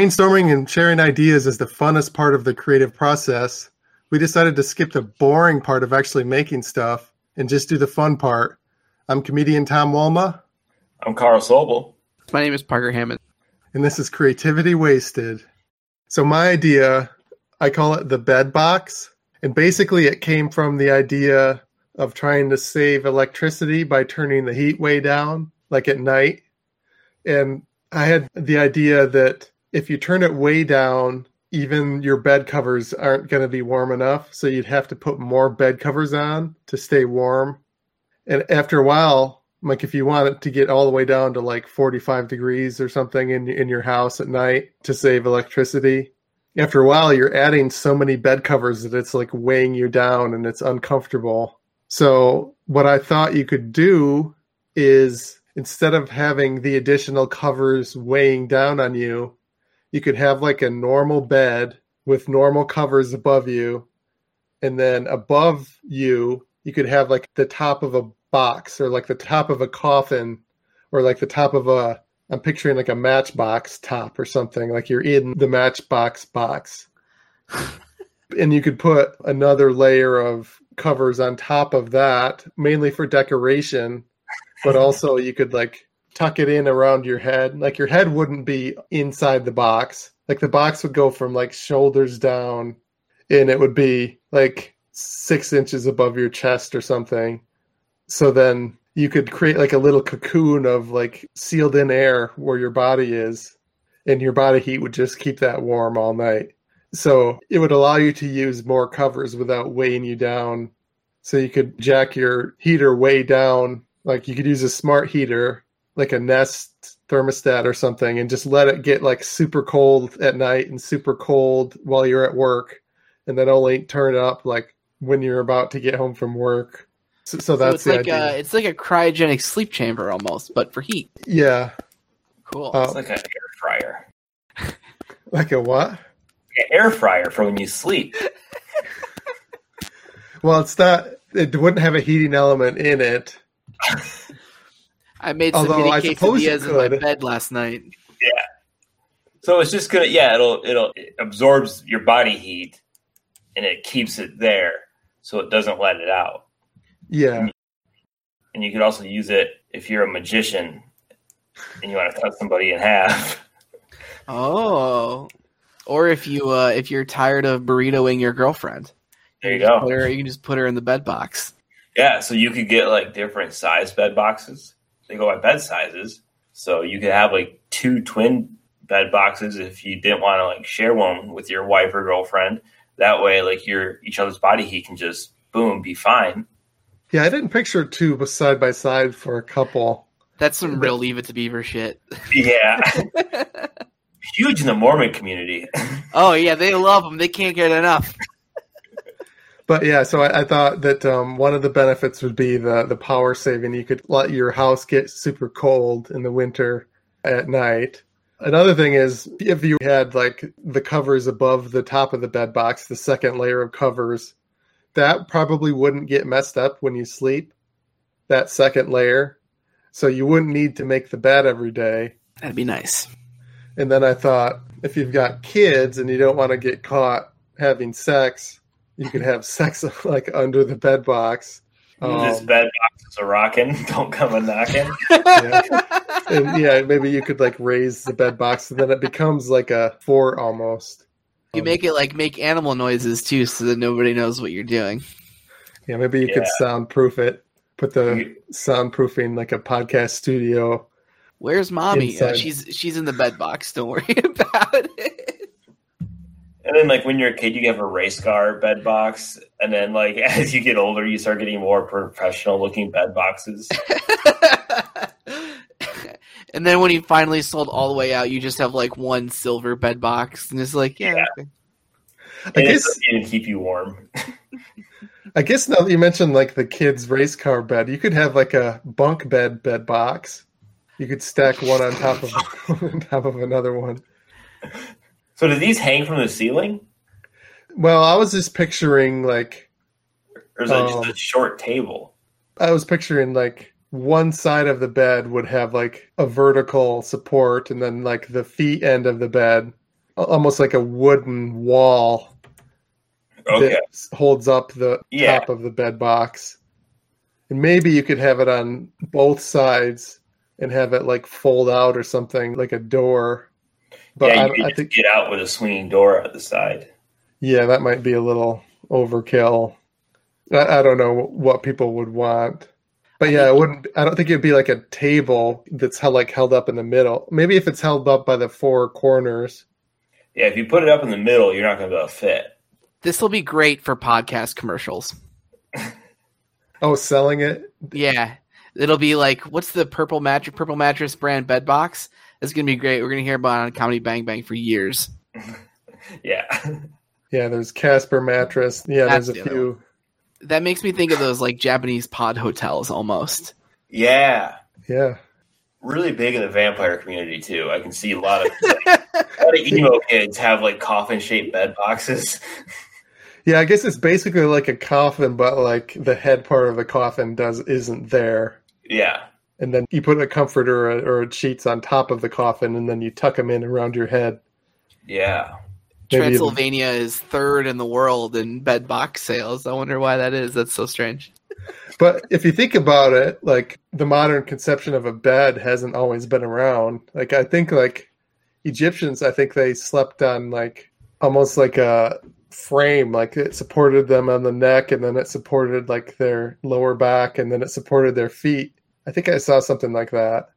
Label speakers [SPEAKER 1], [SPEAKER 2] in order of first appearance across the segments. [SPEAKER 1] Brainstorming and sharing ideas is the funnest part of the creative process. We decided to skip the boring part of actually making stuff and just do the fun part. I'm comedian Tom Walma,
[SPEAKER 2] I'm Carl Sobel.
[SPEAKER 3] My name is Parker Hammond.
[SPEAKER 1] and this is Creativity Wasted. So, my idea, I call it the bed box. And basically, it came from the idea of trying to save electricity by turning the heat way down, like at night. And I had the idea that if you turn it way down, even your bed covers aren't going to be warm enough. So you'd have to put more bed covers on to stay warm. And after a while, like if you want it to get all the way down to like 45 degrees or something in, in your house at night to save electricity, after a while, you're adding so many bed covers that it's like weighing you down and it's uncomfortable. So, what I thought you could do is instead of having the additional covers weighing down on you, you could have like a normal bed with normal covers above you and then above you you could have like the top of a box or like the top of a coffin or like the top of a i'm picturing like a matchbox top or something like you're in the matchbox box and you could put another layer of covers on top of that mainly for decoration but also you could like tuck it in around your head. Like your head wouldn't be inside the box. Like the box would go from like shoulders down and it would be like six inches above your chest or something. So then you could create like a little cocoon of like sealed in air where your body is and your body heat would just keep that warm all night. So it would allow you to use more covers without weighing you down. So you could jack your heater way down. Like you could use a smart heater like a Nest thermostat or something and just let it get like super cold at night and super cold while you're at work and then only turn it up like when you're about to get home from work. So, so that's
[SPEAKER 3] so it's like uh,
[SPEAKER 1] the idea.
[SPEAKER 3] A, it's like a cryogenic sleep chamber almost, but for heat.
[SPEAKER 1] yeah.
[SPEAKER 3] Cool.
[SPEAKER 1] Uh,
[SPEAKER 2] It's like an air fryer.
[SPEAKER 1] Like a what?
[SPEAKER 2] An air fryer for when you sleep.
[SPEAKER 1] Well, it's not, it wouldn't have a heating element in it.
[SPEAKER 3] I made some
[SPEAKER 1] although I
[SPEAKER 3] mini
[SPEAKER 1] suppose you
[SPEAKER 3] quesadillas in my
[SPEAKER 1] could.
[SPEAKER 3] bed last night.
[SPEAKER 2] So it's just gonna yeah, it'll it'll it absorbs your body heat and it keeps it there so it doesn't let it out.
[SPEAKER 1] Yeah.
[SPEAKER 2] And you could also use it if you're a magician and you want to cut somebody in half.
[SPEAKER 3] Oh. Or if you uh, if you're tired of burritoing your girlfriend,
[SPEAKER 2] There you
[SPEAKER 3] can just
[SPEAKER 2] go.
[SPEAKER 3] put her- you can just put her in the bed box.
[SPEAKER 2] Yeah, so you could get like different size bed boxes. They go by bed sizes. So you could have like two twin bed boxes if you didn't want to like share one with your wife or girlfriend. That way like your each other's body heat can just boom be fine.
[SPEAKER 1] Yeah. I didn't picture two side by side for a couple.
[SPEAKER 3] That's some real Leave It to Beaver shit.
[SPEAKER 2] Yeah. Huge in the Mormon community.
[SPEAKER 3] oh yeah, they love them. They can't get enough.
[SPEAKER 1] But yeah, so I, I thought that um, one of the benefits would be the the power saving. You could let your house get super cold in the winter at night. Another thing is if you had like the covers above the top of the bed box, the second layer of covers, that probably wouldn't get messed up when you sleep. That second layer, so you wouldn't need to make the bed every day.
[SPEAKER 3] That'd be nice.
[SPEAKER 1] And then I thought, if you've got kids and you don't want to get caught having sex, you could have sex like under the bed box.
[SPEAKER 2] this
[SPEAKER 1] Um,
[SPEAKER 2] bed box is a rockin', don't come a knockin'.
[SPEAKER 1] yeah. And yeah, maybe you could like raise the bed box, and then it becomes like a fort almost.
[SPEAKER 3] You make it like make animal noises too, so that nobody knows what you're doing.
[SPEAKER 1] Yeah, maybe you could soundproof it. Put the
[SPEAKER 2] You-
[SPEAKER 1] soundproofing like a podcast studio.
[SPEAKER 3] Where's mommy? Uh,
[SPEAKER 1] Inside.
[SPEAKER 3] she's she's in the bed box. Don't worry about it.
[SPEAKER 2] And then, like when you're a kid, you have a race car bed box, and then like as you get older, you start getting more professional looking bed boxes.
[SPEAKER 3] and then when he finally sold all the way out, you just have like one silver bed box, and it's like, yeah,
[SPEAKER 2] Yeah.
[SPEAKER 3] okay.
[SPEAKER 1] I
[SPEAKER 2] And
[SPEAKER 1] guess
[SPEAKER 2] it's going to keep you warm.
[SPEAKER 1] I guess now that you mentioned like the kids' race car bed, you could have like a bunk bed bed box. You could stack one on top of on top of another one.
[SPEAKER 2] So, do these hang from the ceiling,
[SPEAKER 1] Well, I was just picturing like
[SPEAKER 2] or is it
[SPEAKER 1] Um,
[SPEAKER 2] just a short table?
[SPEAKER 1] I was picturing like one side of the bed would have like a vertical support and then like the feet end of the bed a- almost like a wooden wall
[SPEAKER 2] Okay.
[SPEAKER 1] that s- holds up the
[SPEAKER 2] Yeah.
[SPEAKER 1] top of the bed box. And maybe you could have it on both sides and have it like fold out or something like a door. But
[SPEAKER 2] yeah,
[SPEAKER 1] I,
[SPEAKER 2] you could
[SPEAKER 1] I
[SPEAKER 2] just
[SPEAKER 1] think
[SPEAKER 2] get out with a swinging door at the side.
[SPEAKER 1] yeah, that might be a little overkill. I, I don't know what people would want. But yeah, it wouldn't. I don't think it'd be like a table that's held, like held up in the middle. Maybe if it's held up by the four corners.
[SPEAKER 2] Yeah, if you put it up in the middle, you're not going to be able to fit.
[SPEAKER 3] This will be great for podcast commercials.
[SPEAKER 1] Oh, selling it.
[SPEAKER 3] Yeah. It'll be like, what's the purple mattress purple mattress brand bed box? It's gonna be great. We're gonna hear about it on Comedy Bang Bang for years.
[SPEAKER 2] Yeah.
[SPEAKER 1] Yeah, there's Casper mattress. Yeah, there's
[SPEAKER 3] That's the
[SPEAKER 1] a
[SPEAKER 3] other
[SPEAKER 1] few.
[SPEAKER 3] That makes me think of those like Japanese pod hotels almost.
[SPEAKER 2] yeah.
[SPEAKER 1] Yeah.
[SPEAKER 2] Really big in the vampire community, too. I can see a lot of, a lot of emo kids have like coffin shaped bed boxes.
[SPEAKER 1] Yeah, I guess it's basically like a coffin, but like the head part of the coffin does isn't there.
[SPEAKER 2] Yeah.
[SPEAKER 1] And then you put a comforter or, or sheets on top of the coffin, and then you tuck them in around your head.
[SPEAKER 2] Yeah.
[SPEAKER 1] Maybe even-
[SPEAKER 3] Transylvania is third in the world in bed box sales. I wonder why that is. That's so strange.
[SPEAKER 1] But if you think about it, like the modern conception of a bed hasn't always been around. Like I think like Egyptians, I think they slept on like almost like a frame, like it supported them on the neck and then it supported like their lower back and then it supported their feet. I think I saw something like that.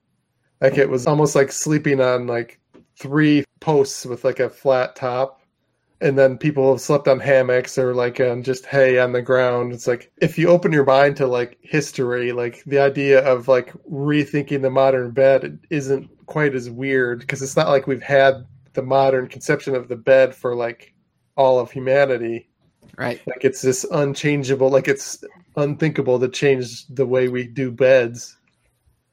[SPEAKER 1] Like it was almost like sleeping on like three posts with like a flat top and then people have slept on hammocks or like um, just hay on the ground. It's like if you open your mind to like history, like the idea of like rethinking the modern bed isn't quite as weird because it's not like we've had the modern conception of the bed for like all of humanity.
[SPEAKER 3] Right.
[SPEAKER 1] Like it's this unchangeable, like it's unthinkable to change the way we do beds.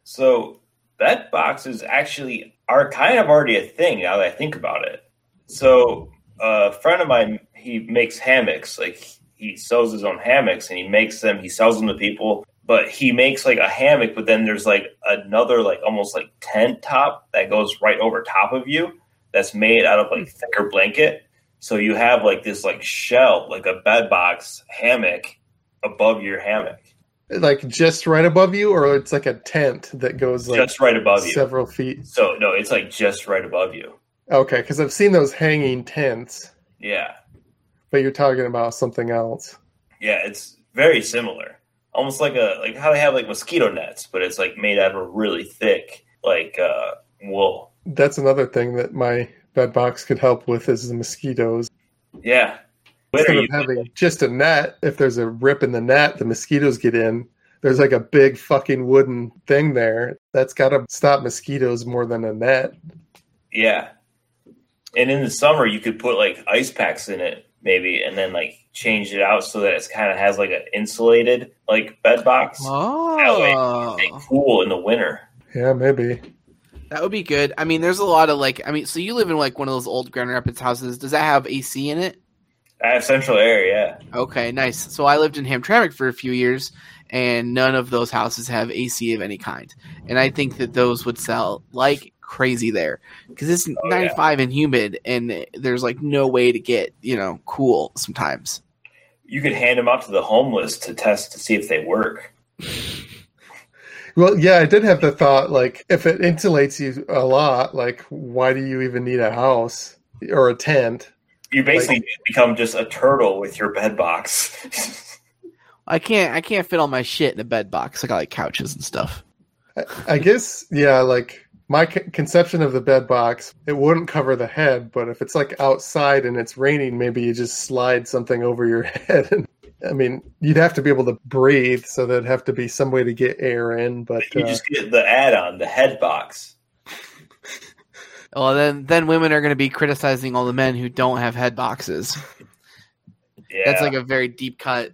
[SPEAKER 2] So bed boxes actually are kind of already a thing now that I think about it. So a friend of mine, he makes hammocks. Like he sells his own hammocks and he makes them. He sells them to people. But he makes like a hammock, but then there's like another like almost like tent top that goes right over top of you. That's made out of like thicker blanket. So you have like this like shell, like a bed box hammock above your hammock,
[SPEAKER 1] Like just right above you, or it's like a tent that goes like
[SPEAKER 2] just right above you.
[SPEAKER 1] several feet.
[SPEAKER 2] So no, it's like just right above you.
[SPEAKER 1] Okay, because I've seen those hanging tents.
[SPEAKER 2] Yeah,
[SPEAKER 1] but you're talking about something else.
[SPEAKER 2] yeah, it's very similar. Almost like a like how they have like mosquito nets, but it's like made out of a really thick like uh, wool.
[SPEAKER 1] That's another thing that my bed box could help with is the mosquitoes.
[SPEAKER 2] Yeah, Winter,
[SPEAKER 1] Instead of
[SPEAKER 2] you-
[SPEAKER 1] having just a net, if there's a rip in the net, the mosquitoes get in. There's like a big fucking wooden thing there. That's got to stop mosquitoes more than a net.
[SPEAKER 2] yeah. And in the summer, you could put like ice packs in it, maybe, and then like change it out so that it's kind of has like an insulated like bed box.
[SPEAKER 3] Oh,
[SPEAKER 2] Stay cool in the winter.
[SPEAKER 1] Yeah, maybe.
[SPEAKER 3] that would be good. I mean, there's a lot of like, I mean, so you live in like one of those old Grand Rapids houses. Does that have AC in it?
[SPEAKER 2] I have central air, yeah.
[SPEAKER 3] Okay, nice. So I lived in Hamtramck for a few years, and none of those houses have AC of any kind. And I think that those would sell like crazy there because it's
[SPEAKER 2] yeah.
[SPEAKER 3] 95 and humid, and there's like no way to get you know cool sometimes.
[SPEAKER 2] You could hand them out to the homeless to test to see if they work.
[SPEAKER 1] Well, yeah, I did have the thought like, if it insulates you a lot, like, why do you even need a house or a tent?
[SPEAKER 2] You basically become just a turtle with your bed box.
[SPEAKER 3] I can't I can't fit all my shit in a bed box. I got like couches and stuff.
[SPEAKER 1] I- I guess, yeah, like my c- conception of the bed box, it wouldn't cover the head, but if it's like outside and it's raining, maybe you just slide something over your head. And, I mean, you'd have to be able to breathe, so there'd have to be some way to get air in, but
[SPEAKER 2] you
[SPEAKER 1] uh,
[SPEAKER 2] just get the add-on, the head box.
[SPEAKER 3] Well, then then women are going to be criticizing all the men who don't have head boxes.
[SPEAKER 2] Yeah,
[SPEAKER 3] That's like a very deep cut.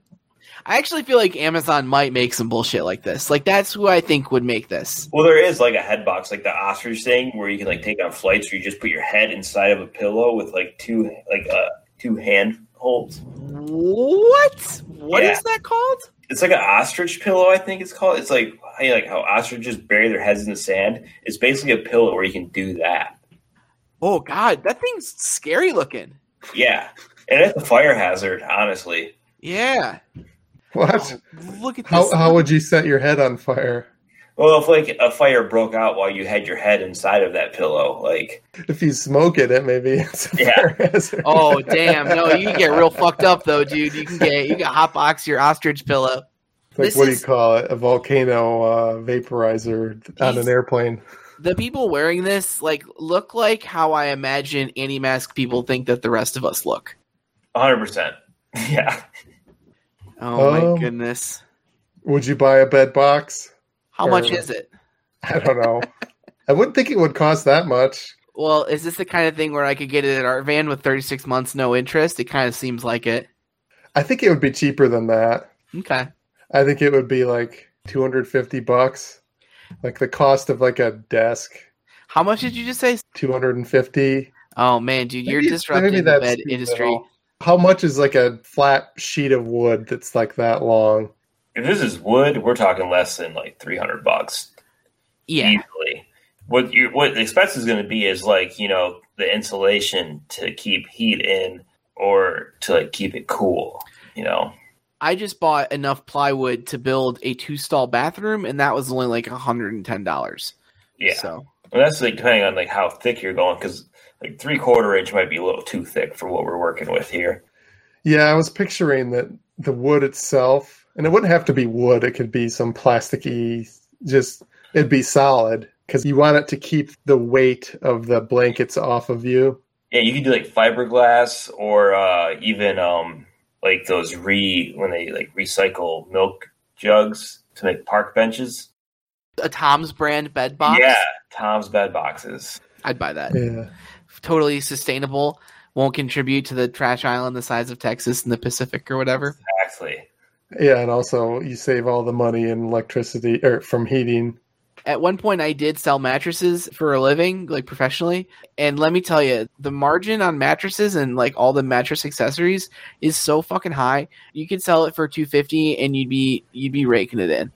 [SPEAKER 3] I actually feel like Amazon might make some bullshit like this. Like that's who I think would make this.
[SPEAKER 2] well, there is like a head box, like the ostrich thing, where you can like take on flights, where you just put your head inside of a pillow with like two like uh two hand holds.
[SPEAKER 3] What? What is
[SPEAKER 2] Yeah.
[SPEAKER 3] that called?
[SPEAKER 2] It's like an ostrich pillow, I think it's called. It's like how you like how ostriches bury their heads in the sand. It's basically a pillow where you can do that.
[SPEAKER 3] Oh god, that thing's scary looking.
[SPEAKER 2] Yeah, and it's a fire hazard, honestly.
[SPEAKER 3] Yeah. Oh.
[SPEAKER 1] What?
[SPEAKER 3] Look at this.
[SPEAKER 1] How how would you set your head on fire
[SPEAKER 2] Well, if like a fire broke out while you had your head inside of that pillow, like
[SPEAKER 1] if you smoke it? It maybe it's a
[SPEAKER 2] Yeah.
[SPEAKER 1] fire hazard.
[SPEAKER 3] oh damn! No, you can get real fucked up though, dude. You can get you can hotbox your ostrich pillow.
[SPEAKER 1] like
[SPEAKER 3] this
[SPEAKER 1] what do
[SPEAKER 3] is-
[SPEAKER 1] you call it? A volcano uh, vaporizer on
[SPEAKER 3] Jeez.
[SPEAKER 1] an airplane.
[SPEAKER 3] The people wearing this like look like how I imagine anti-mask people think that the rest of us look.
[SPEAKER 2] 100. percent Yeah,
[SPEAKER 3] Oh
[SPEAKER 1] Um,
[SPEAKER 3] my goodness!
[SPEAKER 1] Would you buy a bed box?
[SPEAKER 3] How much
[SPEAKER 1] sure.
[SPEAKER 3] is it?
[SPEAKER 1] I don't know. I wouldn't think it would cost that much.
[SPEAKER 3] Well, is this the kind of thing where I could get it at Art Van with 36 months no interest? It kind of seems like it.
[SPEAKER 1] I think it would be cheaper than that.
[SPEAKER 3] Okay.
[SPEAKER 1] I think it would be like 250 bucks. Like the cost of like a desk,
[SPEAKER 3] How much did you just say?
[SPEAKER 1] 250.
[SPEAKER 3] Oh man, dude, you're
[SPEAKER 1] Maybe-
[SPEAKER 3] disrupting
[SPEAKER 1] maybe
[SPEAKER 3] the
[SPEAKER 1] that's
[SPEAKER 3] bed
[SPEAKER 1] stupid at
[SPEAKER 3] industry.
[SPEAKER 1] all. How much is like a flat sheet of wood that's like that long?
[SPEAKER 2] if this is wood, we're talking less than like 300 bucks.
[SPEAKER 3] Yeah.
[SPEAKER 2] easily. What you what the expense is going to be is like you know the insulation to keep heat in or to like keep it cool. You know,
[SPEAKER 3] I just bought enough plywood to build a two stall bathroom, and that was only like $110.
[SPEAKER 2] yeah.
[SPEAKER 3] So,
[SPEAKER 2] And that's like depending on like how thick you're going because like three quarter inch might be a little too thick for what we're working with here.
[SPEAKER 1] Yeah, I was picturing that the wood itself, and it wouldn't have to be wood. It could be some plasticky, just it'd be solid because you want it to keep the weight of the blankets off of you.
[SPEAKER 2] Yeah, you can do like fiberglass or uh, even um like those re when they like recycle milk jugs to make park benches.
[SPEAKER 3] a Tom's brand bed box.
[SPEAKER 2] Yeah, Tom's bed boxes.
[SPEAKER 3] I'd buy that.
[SPEAKER 1] Yeah,
[SPEAKER 3] Totally sustainable. Won't contribute to the trash island the size of Texas and the Pacific or whatever.
[SPEAKER 2] Exactly.
[SPEAKER 1] yeah, and also you save all the money in electricity or from heating.
[SPEAKER 3] At one point, I did sell mattresses for a living, like professionally. And let me tell you, the margin on mattresses and like all the mattress accessories is so fucking high. You could sell it for two fifty, and you'd be you'd be raking it in.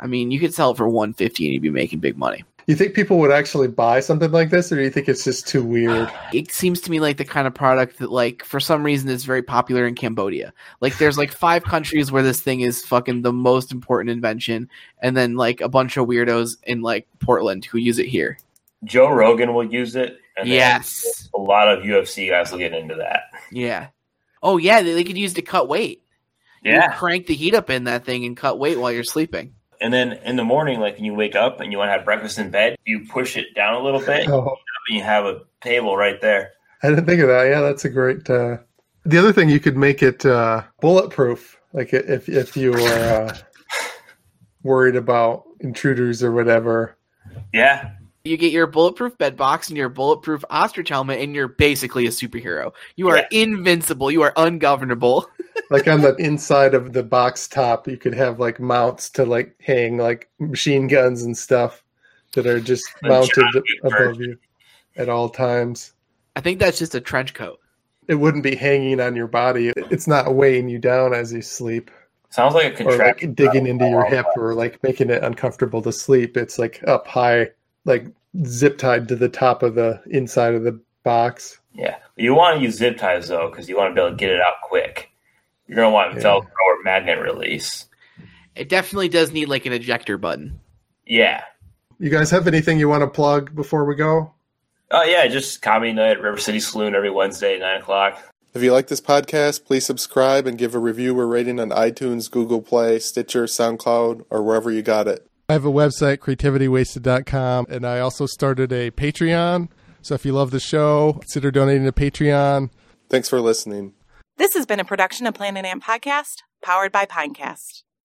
[SPEAKER 3] I mean, you could sell it for one fifty, and you'd be making big money.
[SPEAKER 1] You think people would actually buy something like this, or do you think it's just too weird?
[SPEAKER 3] It seems to me like the kind of product that, like, for some reason, is very popular in Cambodia. Like, there's like five countries where this thing is fucking the most important invention, and then like a bunch of weirdos in like Portland who use it here.
[SPEAKER 2] Joe Rogan will use it. And then
[SPEAKER 3] yes.
[SPEAKER 2] a lot of UFC guys will get into that.
[SPEAKER 3] Yeah. Oh yeah, they, they could use to cut weight. You could crank the heat up in that thing and cut weight while you're sleeping.
[SPEAKER 2] And then in the morning, like when you wake up and you want to have breakfast in bed, you push it down a little bit and
[SPEAKER 1] Oh,
[SPEAKER 2] you have a table right there.
[SPEAKER 1] I didn't think of that. Yeah, that's a great. Uh... The other thing you could make it uh, bulletproof, like i- if if you were uh, worried about intruders or whatever.
[SPEAKER 2] Yeah.
[SPEAKER 3] You get your bulletproof bed box and your bulletproof ostrich helmet, and you're basically a superhero. You are
[SPEAKER 2] Yeah.
[SPEAKER 3] invincible. You are ungovernable.
[SPEAKER 1] Like on the inside of the box top, you could have like mounts to like hang like machine guns and stuff that are just
[SPEAKER 2] The
[SPEAKER 1] mounted
[SPEAKER 2] John Wick
[SPEAKER 1] above
[SPEAKER 2] version.
[SPEAKER 1] you at all times.
[SPEAKER 3] I think that's just a trench coat.
[SPEAKER 1] It wouldn't be hanging on your body. It's not weighing you down as you sleep.
[SPEAKER 2] Sounds like a
[SPEAKER 1] or like
[SPEAKER 2] contraption.
[SPEAKER 1] digging into your hip or like making it uncomfortable to sleep. It's like up high, like zip tied to the top of the inside of the box.
[SPEAKER 2] Yeah. You want to use zip ties though, because you want to be able to get it out quick. You're going to want
[SPEAKER 1] Yeah.
[SPEAKER 2] Velcro or magnet release.
[SPEAKER 3] It definitely does need like an ejector button.
[SPEAKER 2] Yeah.
[SPEAKER 1] You guys have anything you want to plug before we go?
[SPEAKER 2] Oh, yeah. Just comedy night at River City Saloon every Wednesday at 9 o'clock.
[SPEAKER 4] If you like this podcast, please subscribe and give a review or rating on iTunes, Google Play, Stitcher, SoundCloud, or wherever you got it.
[SPEAKER 1] I have a website, creativitywasted.com, and I also started a Patreon. So if you love the show, consider donating to Patreon.
[SPEAKER 4] Thanks for listening.
[SPEAKER 5] This has been a production of Planet Amp Podcast, powered by Pinecast.